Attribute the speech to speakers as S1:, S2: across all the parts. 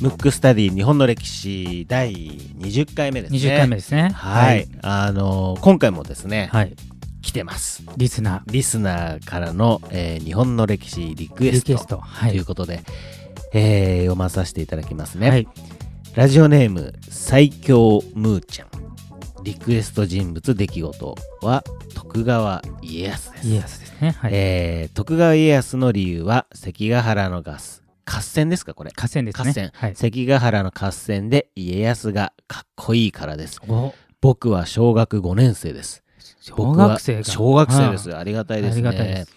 S1: ムックスタディ日本の歴史第20回目ですね。
S2: 20回目ですね。
S1: はい、あのー今回もですね、
S2: はい。
S1: 来てます。
S2: リスナー、
S1: リスナーからの、えー日本の歴史リクエ
S2: リ
S1: ス
S2: クエ
S1: ト
S2: スト。は
S1: という
S2: い。
S1: ことで、えー読まさせていただきますね。
S2: はい。
S1: ラジオネーム最強ムーちゃんリクエスト人物出来事は徳川家康です、
S2: 家康ですね。はい。
S1: えー徳川家康の理由は関ヶ原のガス合戦ですかこれ
S2: 河川ですね。
S1: 河川
S2: はい。
S1: 関ヶ原の合戦で家康がかっこいいからです
S2: お
S1: 僕は小学5年生です
S2: 小
S1: 僕は
S2: 学生が。
S1: 小学生で
S2: は
S1: すありがたいです
S2: ありがたいで
S1: ね
S2: す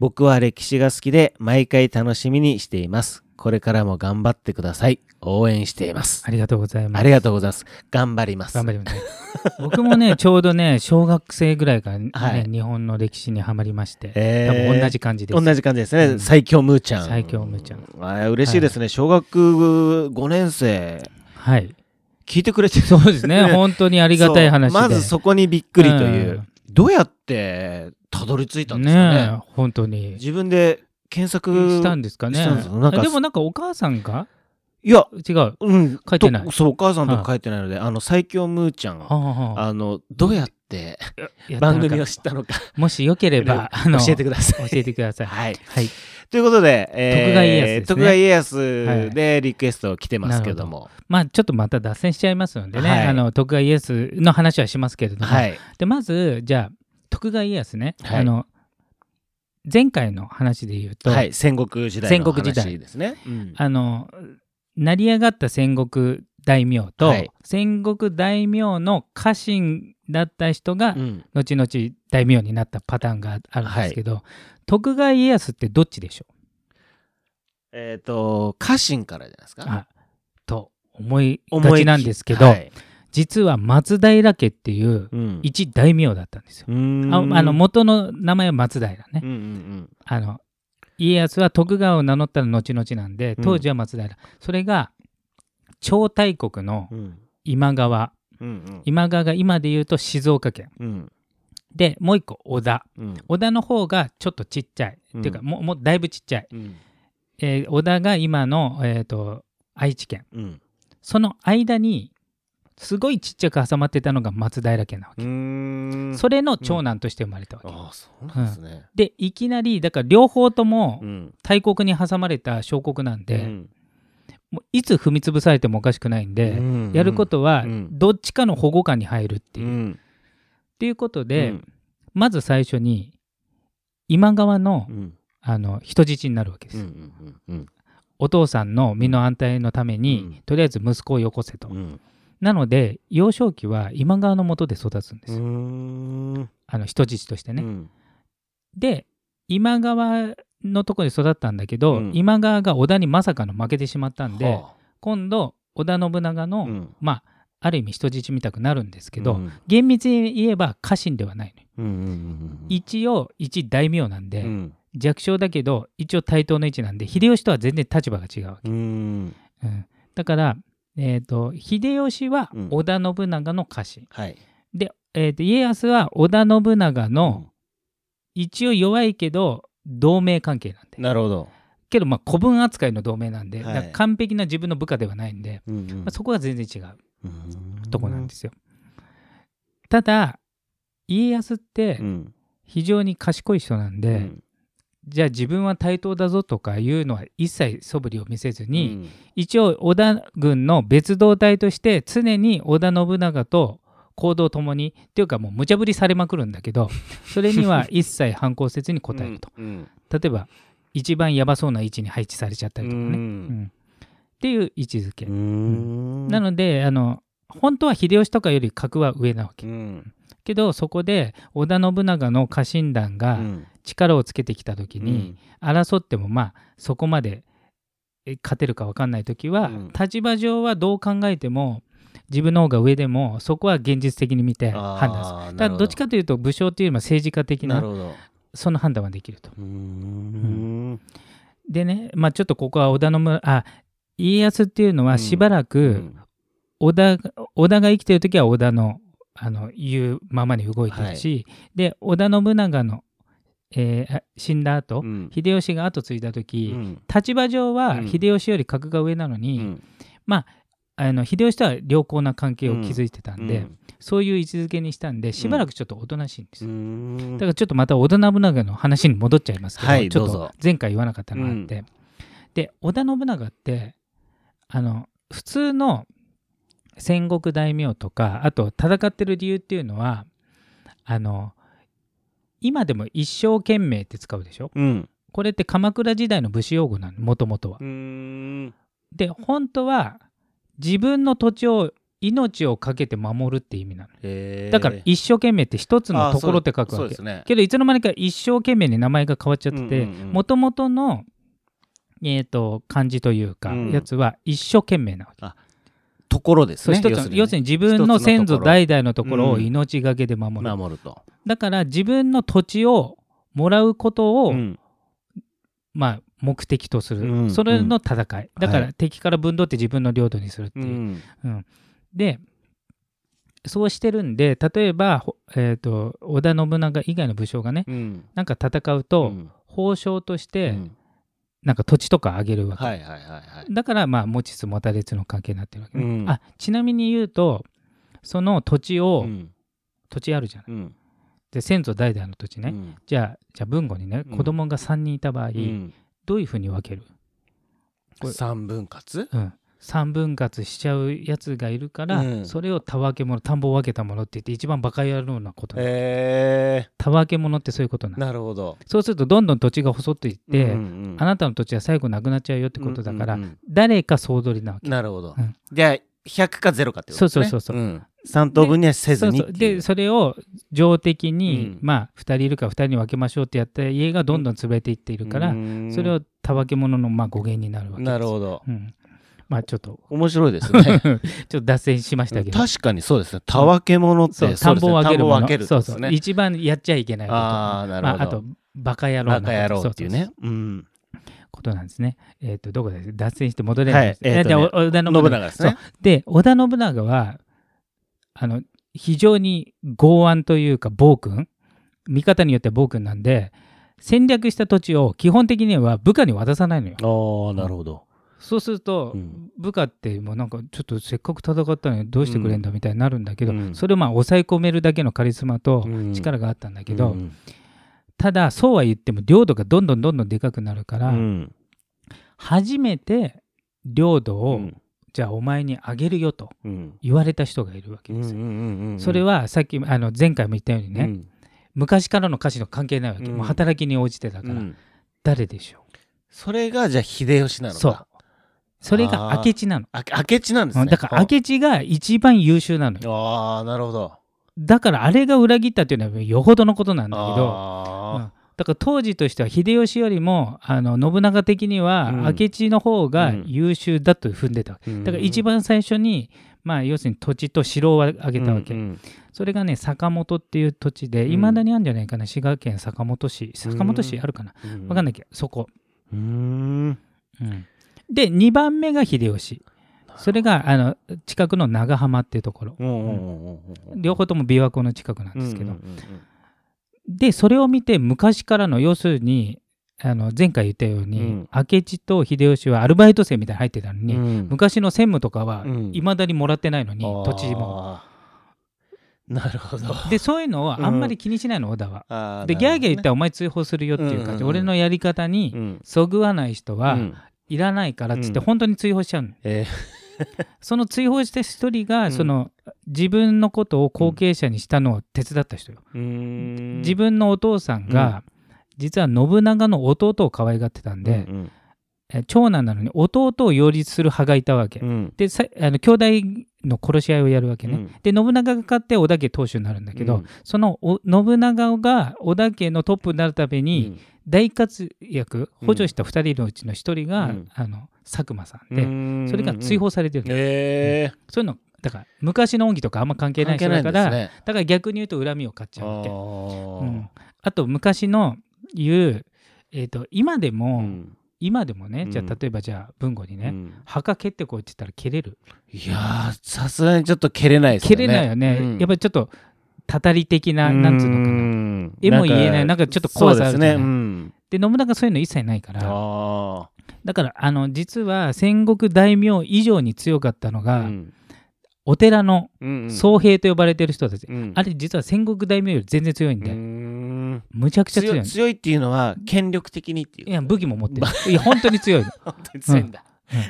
S1: 僕は歴史が好きで毎回楽しみにしていますこれからも頑張ってください応援しています
S2: あ。ありがとうございま
S1: あ
S2: す。
S1: りがとうございます。頑張ります。
S2: 頑張りますね。僕もね、ちょうどね、小学生ぐらいからね、
S1: はい
S2: 日本の歴史にはまりまして、
S1: え
S2: 多
S1: ー
S2: 分同じ感じです。
S1: 同じ感じですね。
S2: うん
S1: 最強ムーちゃん。
S2: 最強ムーちゃん。
S1: あー嬉しいですね。小学5年生、
S2: はい。
S1: 聞いてくれてる。
S2: そうで すね。本当にあ
S1: あ
S2: りがたい話で。
S1: まずそこにびっくりという。
S2: うん
S1: どうやってたどり着いたんですかね。
S2: ねえ本当に。
S1: 自分で検索
S2: したんですかね。
S1: したんですよなんか
S2: でもなんかお母さんが
S1: いや、
S2: 違う。は
S1: うん。
S2: 書いてない
S1: とそう、お母さんとか書いてないので、あの、最強ムーちゃん、
S2: あはあ
S1: あの、どうやって
S2: やったの
S1: 番
S2: か
S1: 組を知ったのか、
S2: もしよけ れば、あの
S1: 教えてくださ
S2: 教
S1: い。
S2: えてください。
S1: はい。
S2: はい。
S1: ということで、えー
S2: 徳川家康ですね
S1: 徳川家康でリクエスト来てますけども、
S2: まあ、ちょっとまた脱線しちゃいますのでね、
S1: はい
S2: あの徳川家康の話はしますけれども、
S1: はい、
S2: でまず、じゃあ、徳川家康ね、
S1: はい
S2: あの前回の話で言うと、
S1: はい、戦国時代の
S2: 戦国時代
S1: 話ですね。うん
S2: あの成り上がった戦国大名と、
S1: はい
S2: 戦国大名の家臣だった人が、
S1: うん
S2: 後々大名になったパターンがあるんですけど、徳川家康ってどっちでしょ
S1: えっ、と家臣からじゃないです
S2: う
S1: か。
S2: あと思い
S1: 思
S2: が
S1: いき
S2: ちなんですけど、
S1: はい
S2: 実は松平家っていう
S1: うん
S2: 一大名だったんですよ。
S1: うーん
S2: ああの元の名前は松平ね。
S1: うんうん
S2: あの家康は徳川を名乗ったら後々なんで
S1: うん
S2: 当時は松平、それが超大国の
S1: うんうん
S2: 今川
S1: うん
S2: 今川が今で言うと静岡県
S1: うん
S2: でもう一個織田
S1: うん
S2: 織田の方がちょっとちっちゃい、っていうか
S1: う
S2: もうもうだいぶちっちゃい、
S1: うん
S2: えー織田が今の、えー、と愛知県
S1: うん
S2: その間にすごいちっちゃく挟まってたのが松平家なわ
S1: うー
S2: け、
S1: ん
S2: それの長男として生まれたわけ、
S1: ああそうなんですね。
S2: でいきなりだから両方とも
S1: うん
S2: 大国に挟まれた小国なんで、
S1: うん
S2: もういつ踏み潰されてもおかしくないんで、
S1: うん
S2: やることは
S1: うん
S2: どっちかの保護下に入るっていう。
S1: う
S2: っ
S1: ん
S2: ていうことで、
S1: うん
S2: まず最初に今川の,、
S1: うん
S2: あの人質になるわけです、
S1: うんうんうん
S2: お父さんの身の安泰のために、
S1: うん
S2: とりあえず息子をよこせと。
S1: うん
S2: なので幼少期は今川のもとで育つんですよ、
S1: うん
S2: あの人質としてね。
S1: うん
S2: で今川のとこで育ったんだけど、
S1: うん
S2: 今川が織田にまさかの負けてしまったんで、
S1: は
S2: 今度織田信長
S1: あ
S2: の、
S1: うん
S2: まあある意味人質みたくなるんですけど、
S1: うん
S2: 厳密に言えば家臣ではないのよ、
S1: うんうんうんうん
S2: 一応一大名なんで、
S1: うん
S2: 弱小だけど一応対等の位置なんで秀吉とは全然立場が違うわけ、
S1: うん
S2: うんだから、えー、と秀吉は
S1: うん
S2: 織田信長の家臣、
S1: はい
S2: で、えーと家康は織田信長の一応弱いけど同盟関係なんで
S1: なるほど、
S2: けどまあ古文扱いの同盟なんで、
S1: はい
S2: だから完璧な自分の部下ではないんで、
S1: うんうん、
S2: まあそこが全然違うとこなんですすよ、ただ家康って、
S1: うん
S2: 非常に賢い人なんで、
S1: うん
S2: じゃあ自分は対等だぞとかいうのは一切素振りを見せずに、
S1: うん
S2: 一応織田軍の別動隊として常に織田信長と行動ともにっていうかもう無茶ぶりされまくるんだけ どそれには一切反抗せずに応えると、
S1: うん
S2: 例えば一番やばそうな位置に配置されちゃったりとかね、うんっていう位置づけ、
S1: うん
S2: なのであの本当は秀吉とかより格は上なわけ、
S1: うん
S2: けどそこで織田信長の家臣団
S1: う
S2: が、
S1: ん
S2: 力をつけてきた時に、争ってもまあそこまでえ勝てるか分かんない時は、
S1: うん
S2: 立場上はどう考えても自分の方が上でもそこは現実的に見て
S1: あー
S2: 判断する。
S1: なる
S2: だ
S1: ほ
S2: からどっちかというと武将というよりも政治家的
S1: な
S2: な
S1: るほど
S2: その判断はできると。
S1: うん
S2: でね、まあ、ちょっとここは織田の村あ家康っていうのはしばらく織田,、織田が生きてる時は織田のあの言うままに動いてるし、で織田信長のえーあ死んだ後、
S1: うん
S2: 秀吉が後継いだ時、
S1: うん
S2: 立場上
S1: う
S2: は
S1: ん
S2: 秀吉より格が上なの
S1: う
S2: に、
S1: ん
S2: あの秀吉とは良好な関係を築いてたんで、
S1: うん
S2: そういう位置づけにしたんでしばらくちょっとおとなしいんです、
S1: うーん
S2: だからちょっとまた織田信長の話に戻っちゃいますけど、
S1: はい
S2: ちょっ
S1: どうぞ
S2: と前回言わなかったのがあって、で織田信長ってあの普通の戦国大名とかあと戦ってる理由っていうのはあの今でも一生懸命って使うでしょ
S1: うん
S2: これって鎌倉時代の武士用語なのもともとは
S1: う。ーん
S2: で本当は自分の土地を命を懸けて守るって意味なの。
S1: へー
S2: だから一生懸命って一つのところって書く
S1: あーそ
S2: わ
S1: う
S2: け
S1: です。ね
S2: けどいつの間にか一生懸命に名前が変わっちゃってて
S1: うんうんうん
S2: もともとの、えー、と漢字というか、
S1: うん
S2: やつは一生懸命なわけ。
S1: ところです
S2: そう
S1: ね
S2: 一つの要するに自分の先祖代々のところを命がけで守る、
S1: 守ると
S2: だから自分の土地をもらうことを、
S1: うん
S2: まあ、目的とする、
S1: うん
S2: それの戦い、だか
S1: は
S2: ら敵から分取って自分の領土にするっていう
S1: う、ん
S2: でそうしてるんで例えば、ほえー、と織田信長以外の武将がね
S1: うん
S2: なんか戦う
S1: う
S2: と、
S1: ん
S2: 報奨とし
S1: う
S2: て、
S1: ん
S2: なんか土地とかあげるわけ、
S1: はいはいはいはい
S2: だからまあ持ちつ持たれつの関係になってるわけね、
S1: うん
S2: あちなみに言うとその土地を、
S1: うん
S2: 土地あるじゃない
S1: うん
S2: で先祖代々の土地ね、
S1: うん
S2: じゃあじゃあ文後にね
S1: うん
S2: 子供が3人いた場合、
S1: うん
S2: どういうふうに分ける、これ
S1: 三分割
S2: うん、3分割しちゃうやつがいるから、
S1: うん
S2: それを田分け者田んぼ分けたものって言って一番バカ野郎なこと、
S1: へえ
S2: 田分け者ってそういうことなの
S1: なるほど
S2: そうするとどんどん土地が細っていって、
S1: うんうん
S2: あなたの土地は最後なくなっちゃうよってことだから、
S1: うんうんうん
S2: 誰か総取りなわけ
S1: なるほど
S2: うん
S1: じゃあ100か0かってことですね
S2: そうそうそうそうん
S1: 三等分にはせずに
S2: そうそうでそれを情的に、
S1: うん
S2: まあ2人いるから2人に分けましょうってやった家がどんどん潰れていっているから、それ
S1: を
S2: をたわけ者のまあ語源になるわけです
S1: なるほど
S2: うん、まあちょっと
S1: 面白いですね
S2: ちょっと脱線しましたけど、
S1: 確かにそうですねたわけものって
S2: そう
S1: そ
S2: 田
S1: うんですね
S2: ぼを分
S1: 田
S2: ける
S1: んぼ
S2: も
S1: を
S2: の、
S1: 分けるん
S2: そう
S1: で
S2: そ
S1: す
S2: う
S1: ね
S2: 一番やっちゃいけないこと
S1: ああなる
S2: ま
S1: ほど
S2: あ、あとバカ野
S1: バ
S2: 郎なこと
S1: カ野郎っていう
S2: そうそう
S1: ねうん
S2: そうことなんですねえっ、とどこです脱線して戻れないです、
S1: はいえーとね
S2: でお織田信
S1: 信
S2: 長
S1: 長ですね
S2: で織田信長はあの非常に剛腕というか暴君味方によっては暴君なんで戦略した土地を基本的には部下に渡さないのよ
S1: ああなるほど
S2: そうすると、
S1: うん
S2: 部下ってもうなんかちょっとせっかく戦ったのにどうしてくれんだみたいになるんだけど、
S1: うん
S2: それをまあ抑え込めるだけのカリスマと力があったんだけど、
S1: うん
S2: ただそうは言っても領土がどんどんどんどんでかくなるから、
S1: うん
S2: 初めて領土
S1: う
S2: を、
S1: ん
S2: じゃあお前にあげるよと
S1: うん
S2: 言われた人がいるわけ
S1: うん
S2: で
S1: う
S2: すよ。
S1: んうんうん
S2: それはさっきあの前回も言ったようにね、
S1: うん
S2: 昔からの歌詞と関係ないわけ、
S1: うん
S2: もう働きに応じてだから、
S1: うん
S2: 誰でしょ
S1: それがじゃあ秀吉な
S2: う
S1: のか
S2: そうそれが明智なの、
S1: あ明智なんです
S2: う
S1: ね
S2: んだから明智が一番優秀なのよ
S1: ああなるほど
S2: だからあれが裏切ったっていうのはよほどのことなんだけど、う
S1: あ
S2: んだから当時としては秀吉よりもあの信長的には
S1: うん
S2: 明智の方が
S1: うん
S2: 優秀だと踏んでたわけ、
S1: ー
S2: だから一番最初にまあ要するに土地と城をあげたわけ、
S1: うんうん
S2: それがね坂本っていう土地で
S1: うん
S2: いまだにあるんじゃないかな滋賀県坂本市坂本市あるかな、
S1: うん
S2: わかんないけどそこ、
S1: うーん
S2: で2番目が秀吉それがあの近くの長浜っていうところ
S1: うんうんうんうん
S2: 両方とも琵琶湖の近くなん
S1: うん
S2: ですけど、
S1: うんうんうん
S2: でそれを見て昔からの要するにあの前回言ったように、
S1: うん
S2: 明智と秀吉はアルバイト生みたいに入ってたのに、
S1: うん
S2: 昔の専務とかは
S1: うん
S2: いまだにもらってないのに、土地も。
S1: あーなるほど
S2: でそういうのはあんまり気にしないの小田は。
S1: あ
S2: でギャーギャー言っ
S1: ら
S2: たらお前追放するよってい
S1: う
S2: う
S1: んう
S2: 感
S1: んう
S2: じ、
S1: ん
S2: 俺のやり方にそぐわない人はいらないからっつって
S1: うん
S2: 本当に追放しちゃうの、
S1: え
S2: その追放した一人が、
S1: うん
S2: その自分のことを後継者にしたのを手伝った人よ。自分のお父さんが、実は信長の弟を可愛がってたんで、
S1: うん
S2: え長男なのに弟を擁立する派がいたわけ、
S1: うん
S2: でさあの兄弟の殺し合いをやるわけね、
S1: うん
S2: で信長が勝って織田家当主になるんだけど、
S1: うん
S2: そのお信長が織田家のトップになるために大活躍補助した2人のうちの1人が、
S1: うん
S2: あの佐久間さ
S1: う
S2: んで、
S1: ん
S2: それが追放されてるの、
S1: え
S2: そういうのだから昔の恩義とかあんま関係
S1: え
S2: ない人だから、
S1: ね
S2: だから逆に言うと恨みを買っちゃうわけ。
S1: あ
S2: うんあと昔の言う、えー、と今でも、
S1: ーうん
S2: 今でもねじゃ
S1: うん
S2: あ例えばじゃあ文語にね、
S1: うん
S2: 墓蹴ってこいって言ったら蹴れる、
S1: いやーさすがにちょっと蹴れないです
S2: 蹴
S1: よね
S2: れないよね、
S1: うん
S2: やっぱりちょっとたたり的な
S1: うーん
S2: なんつうのかな
S1: うん
S2: 絵も言えないなんかちょっと怖さ
S1: そ
S2: ある
S1: う
S2: じゃ
S1: ですね。
S2: ない
S1: うん。
S2: で信長そういうの一切ないから
S1: あ
S2: だからあの実は戦国大名以上に強かったの
S1: あ。
S2: が、
S1: うん
S2: お寺の
S1: うん。
S2: 僧兵と呼ばれてる人たち、
S1: うん。
S2: あれ実は戦国大名より全然強いん
S1: う
S2: で、
S1: ーん。
S2: むちゃくちゃ強
S1: 強
S2: い
S1: い
S2: んです
S1: 強いっていうのは権力的にっていう。
S2: いや武器も持ってるいや本当 に強いの
S1: 本当に強いんだ。
S2: うんうん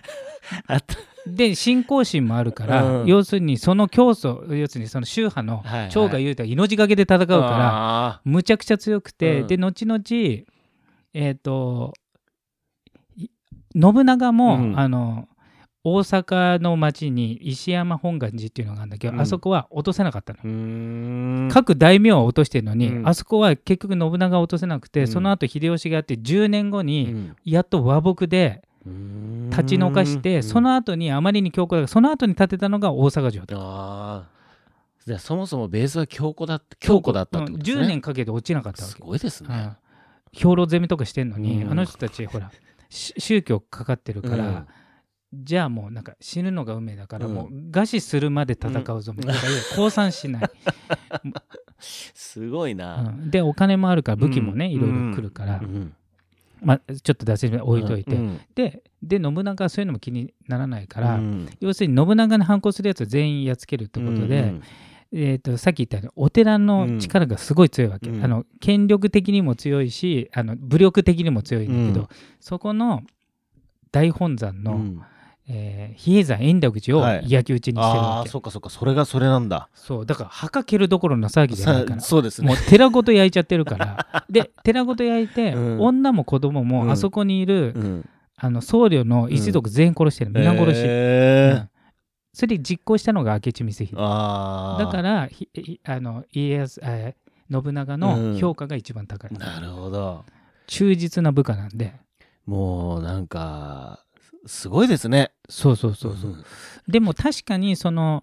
S1: あった。
S2: で信仰心もあるから、
S1: うん
S2: 要するにその競争要するにその宗派の
S1: はいはい
S2: 長が言うたら命がけで戦うから、
S1: ら。
S2: むちゃくちゃ強くて、
S1: うん
S2: で後々えっ、とい信長も、
S1: うん
S2: あの大阪の町に石山本願寺っていうのがあるんだけど、
S1: うん
S2: あそこは落とせなかったの。
S1: うーん。
S2: 各大名は落としてるのに、
S1: うん
S2: あそこは結局信長は落とせなく
S1: う
S2: て、
S1: ん
S2: その後秀吉がやって10年後
S1: う
S2: に、
S1: ん
S2: やっと和睦で立ち退かして、
S1: うん
S2: その後にあまりに強固だからその後に建てたのが大阪城だ
S1: ああじゃあそもそもベースは強固だった強固だったってことですね、
S2: うん10年かけて落ちなかったわ
S1: す
S2: け
S1: ごいです
S2: う
S1: ね
S2: ん、兵糧攻めとかしてんのに、
S1: うん
S2: あの人たちほらし宗教かかってるから、
S1: うん
S2: じゃあもうなんか死ぬのが運命だから、
S1: うん
S2: もう餓死するまで戦うぞみたいな、 降参しない、
S1: す ごいうな、
S2: んでお金もあるから武器もね、
S1: うん
S2: いろいろ来るから、
S1: うん
S2: まあ、ちょっと出せる置いといて、
S1: うん
S2: でで信長はそういうのも気にならないから、
S1: うん
S2: 要するに信長に反抗するやつを全員やっつけるってことで、
S1: うん
S2: えー、とさっき言ったようにお寺の力がすごい強いわけ、
S1: うん
S2: あの権力的にも強いしあの武力的にも強いんだけど、
S1: うん
S2: そこの大本山
S1: う
S2: の、
S1: ん
S2: えー比叡山延暦寺を
S1: はい
S2: 焼き討ちにしてる
S1: あ
S2: わ
S1: あ
S2: け、
S1: そっかそっかそれがそれなんだ
S2: そうだから墓蹴るどころの騒ぎじゃないから
S1: さ そうです
S2: も
S1: ね
S2: う寺ごと焼いちゃってるからで寺ごと焼いて、
S1: うん
S2: 女も子供
S1: うん
S2: もあそこにいる、
S1: うん
S2: あの僧侶の一族全員殺してる、皆殺し、
S1: えー
S2: うんそれで実行したのが明智光秀
S1: ああ
S2: だからひひあの家康、えー信長
S1: うん
S2: の評価が一番高い、
S1: なるほど
S2: 忠実な部下なんで
S1: もうなんかすごいですね
S2: そうそうそうそう、
S1: ん
S2: でも確かにその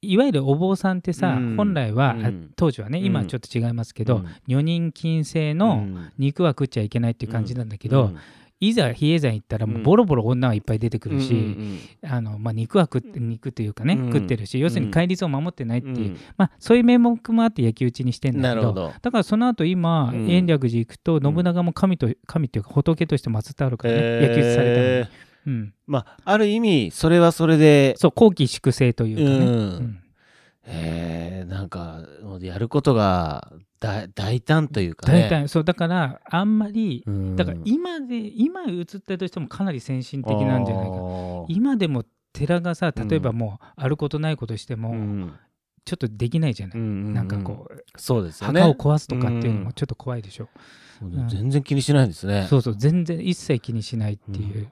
S2: いわゆるお坊さんってさ、
S1: うん
S2: 本来は、あ
S1: うん
S2: 当時はね今はちょっと違いますけ
S1: う
S2: ど、
S1: ん
S2: 女人禁制の肉は食っちゃいけないっていう感じなんだけど、
S1: うん
S2: いざ比叡山行ったらもううんボロボロ女はいっぱい出てくるし、
S1: うんうん
S2: あのまあ、肉は食って肉というかね、
S1: うん
S2: 食ってるし要するに戒律を守ってないっていう、
S1: うん
S2: まあ、そういう名目もあって焼き討ちにしてん
S1: な
S2: だけ
S1: る
S2: ど
S1: ほど
S2: だからその後今、
S1: うん
S2: 延暦寺行くと信長も神と神っていうか仏として祀ってあるからね、
S1: えー
S2: 焼き討ちされたのに、うん、
S1: まあある意味それはそれで
S2: そう後期粛清というかね、
S1: うん
S2: うん
S1: へえなんかもうやることが大大胆というかね
S2: 大体そうだからあんまり
S1: うん
S2: だから今で今映ったとしてもかなり先進的なんじゃない
S1: あ
S2: かな
S1: ー
S2: 今でも寺がさ例えばもうあることないことしても、
S1: うん
S2: ちょっとできないじゃない、
S1: う
S2: なんかこう、
S1: そうですよね
S2: 墓を壊すとかっていうのもちょっと怖いでしょ、ん
S1: 全然気にしないですね
S2: そうそう全然一切気にしないっていう、
S1: うん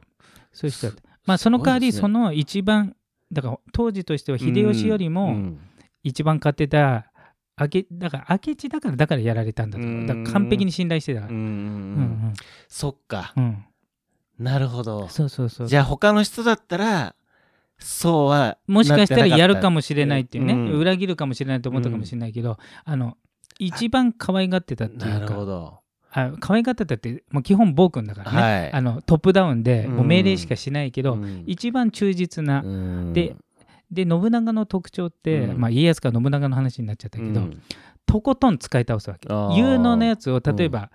S2: そういう人だったまあその代わり
S1: すご
S2: そ
S1: いですね
S2: の一番だから当時としては秀吉より
S1: う
S2: も
S1: ん
S2: 一番買ってた明けだから明智だからだからやられたんだと
S1: う
S2: 思
S1: ん
S2: うだから完璧に信頼してたか
S1: うん
S2: ら
S1: うん
S2: う
S1: う
S2: ん
S1: んそっか
S2: うんうん
S1: なるほど
S2: そうそうそう
S1: じゃあ他の人だったらそうは
S2: もしかしたらやるかもしれないっていうね、
S1: うん
S2: 裏切るかもしれないと思ったかもしれないけど、あの一番可愛がってた
S1: な
S2: っ
S1: ってて
S2: い
S1: たな
S2: う
S1: るほ
S2: か
S1: ど
S2: あ可愛がってたってもう基本暴君だからね、
S1: はい
S2: あのトップダウンでもう命令しかしないけど、
S1: うん
S2: 一番忠実な、
S1: うん
S2: でで信長の特徴って、
S1: うん
S2: まあ、家康から信長の話になっちゃったけど、
S1: うん
S2: とことん使い倒すわけ
S1: あー
S2: 有能なやつを例えば、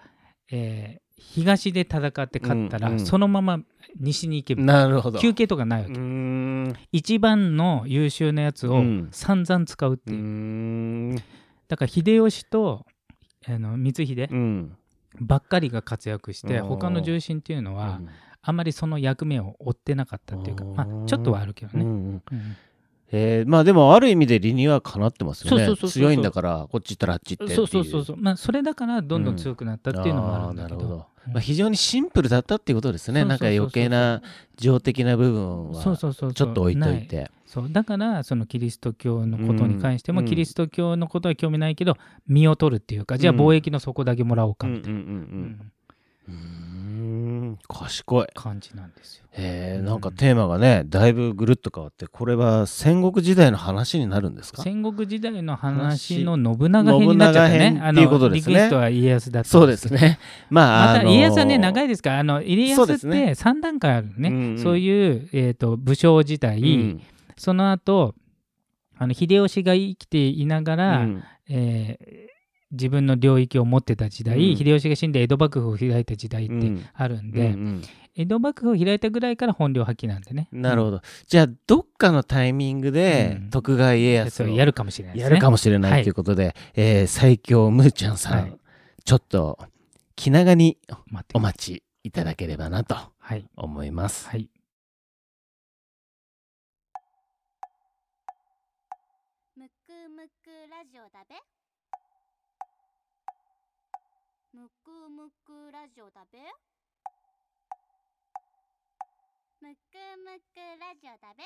S2: えー東で戦って勝ったら、
S1: うんうん
S2: そのまま西に行けば
S1: なるほど
S2: 休憩とかないわけ、
S1: うん
S2: 一番の優秀なやつ
S1: う
S2: を
S1: ん
S2: 散々使うって
S1: う
S2: いう、
S1: ん
S2: だから秀吉とあの光秀
S1: うん
S2: ばっかりが活躍して、
S1: うん
S2: 他の重心っていうのは、あんまりその役目を負ってなかったっていうか、
S1: うん
S2: まあ、ちょっとはあるけど
S1: うんう
S2: ね、
S1: ん
S2: うん
S1: えーまあでもある意味で理にはかなってますよね
S2: そうそうそうそう
S1: 強いんだからこっち行ったらあっち行ってってい
S2: そうそうそうそうまあそれだからどんどん強くなったっていうのもあるんだけ
S1: あーなる
S2: ど,、
S1: ほど
S2: うん
S1: まあ、非常にシンプルだったっていうことですね
S2: そうそう
S1: なん
S2: そう
S1: か
S2: そう
S1: 余計な情的な部分は
S2: そうそうそう
S1: ちょっと置いとい
S2: な
S1: て
S2: そうだからそのキリスト教のことに関しても、
S1: うん
S2: キリスト教のことは興味ないけど身を取るっていうかじゃあ
S1: うん
S2: 貿易の底だけもらおうか
S1: うんうん
S2: みたいな、うん
S1: うんうんうーん賢い
S2: 感じなんですよ。
S1: え
S2: う
S1: ー、
S2: ん
S1: なんかテーマがねだいぶぐるっと変わってこれは戦国時代の話になるんですか
S2: 戦国時代の話の信長編になっちゃった
S1: 信長
S2: ね。
S1: 編
S2: あ
S1: っていうこ
S2: の
S1: とで
S2: リ
S1: す
S2: ク
S1: ね
S2: エストは家康だった
S1: そうんです
S2: けど。
S1: ね まあ、
S2: また家康はね長
S1: い
S2: いですからあの家
S1: そう
S2: 康
S1: で
S2: っ
S1: すね
S2: て三段階あるのね。
S1: う
S2: そ
S1: んう
S2: う
S1: ん
S2: いうえっ、と武将時代、
S1: うん
S2: その後あの秀吉が生きていながら、
S1: うん
S2: えー自分の領域を持ってた時代、
S1: うん
S2: 秀吉が死んで江戸幕府を開いた時代っ
S1: う
S2: て
S1: ん
S2: あるん
S1: うん
S2: で、江戸幕府を開いたぐらいから本領発揮なんでね
S1: うんなるほどじゃあどっかのタイミングで
S2: うん
S1: 徳川家
S2: うん
S1: 康
S2: そ
S1: を
S2: れをやるかもしれないです
S1: や
S2: ね
S1: るかもしれな
S2: はいい
S1: ということでえー最強むーちゃんさ
S2: はい
S1: んちょっと気長に
S2: 待って
S1: お待ちいただければなと
S2: はい
S1: 思います
S2: はい
S3: むくむくラジオだべむくむくラジオだべむくむくラジオだべ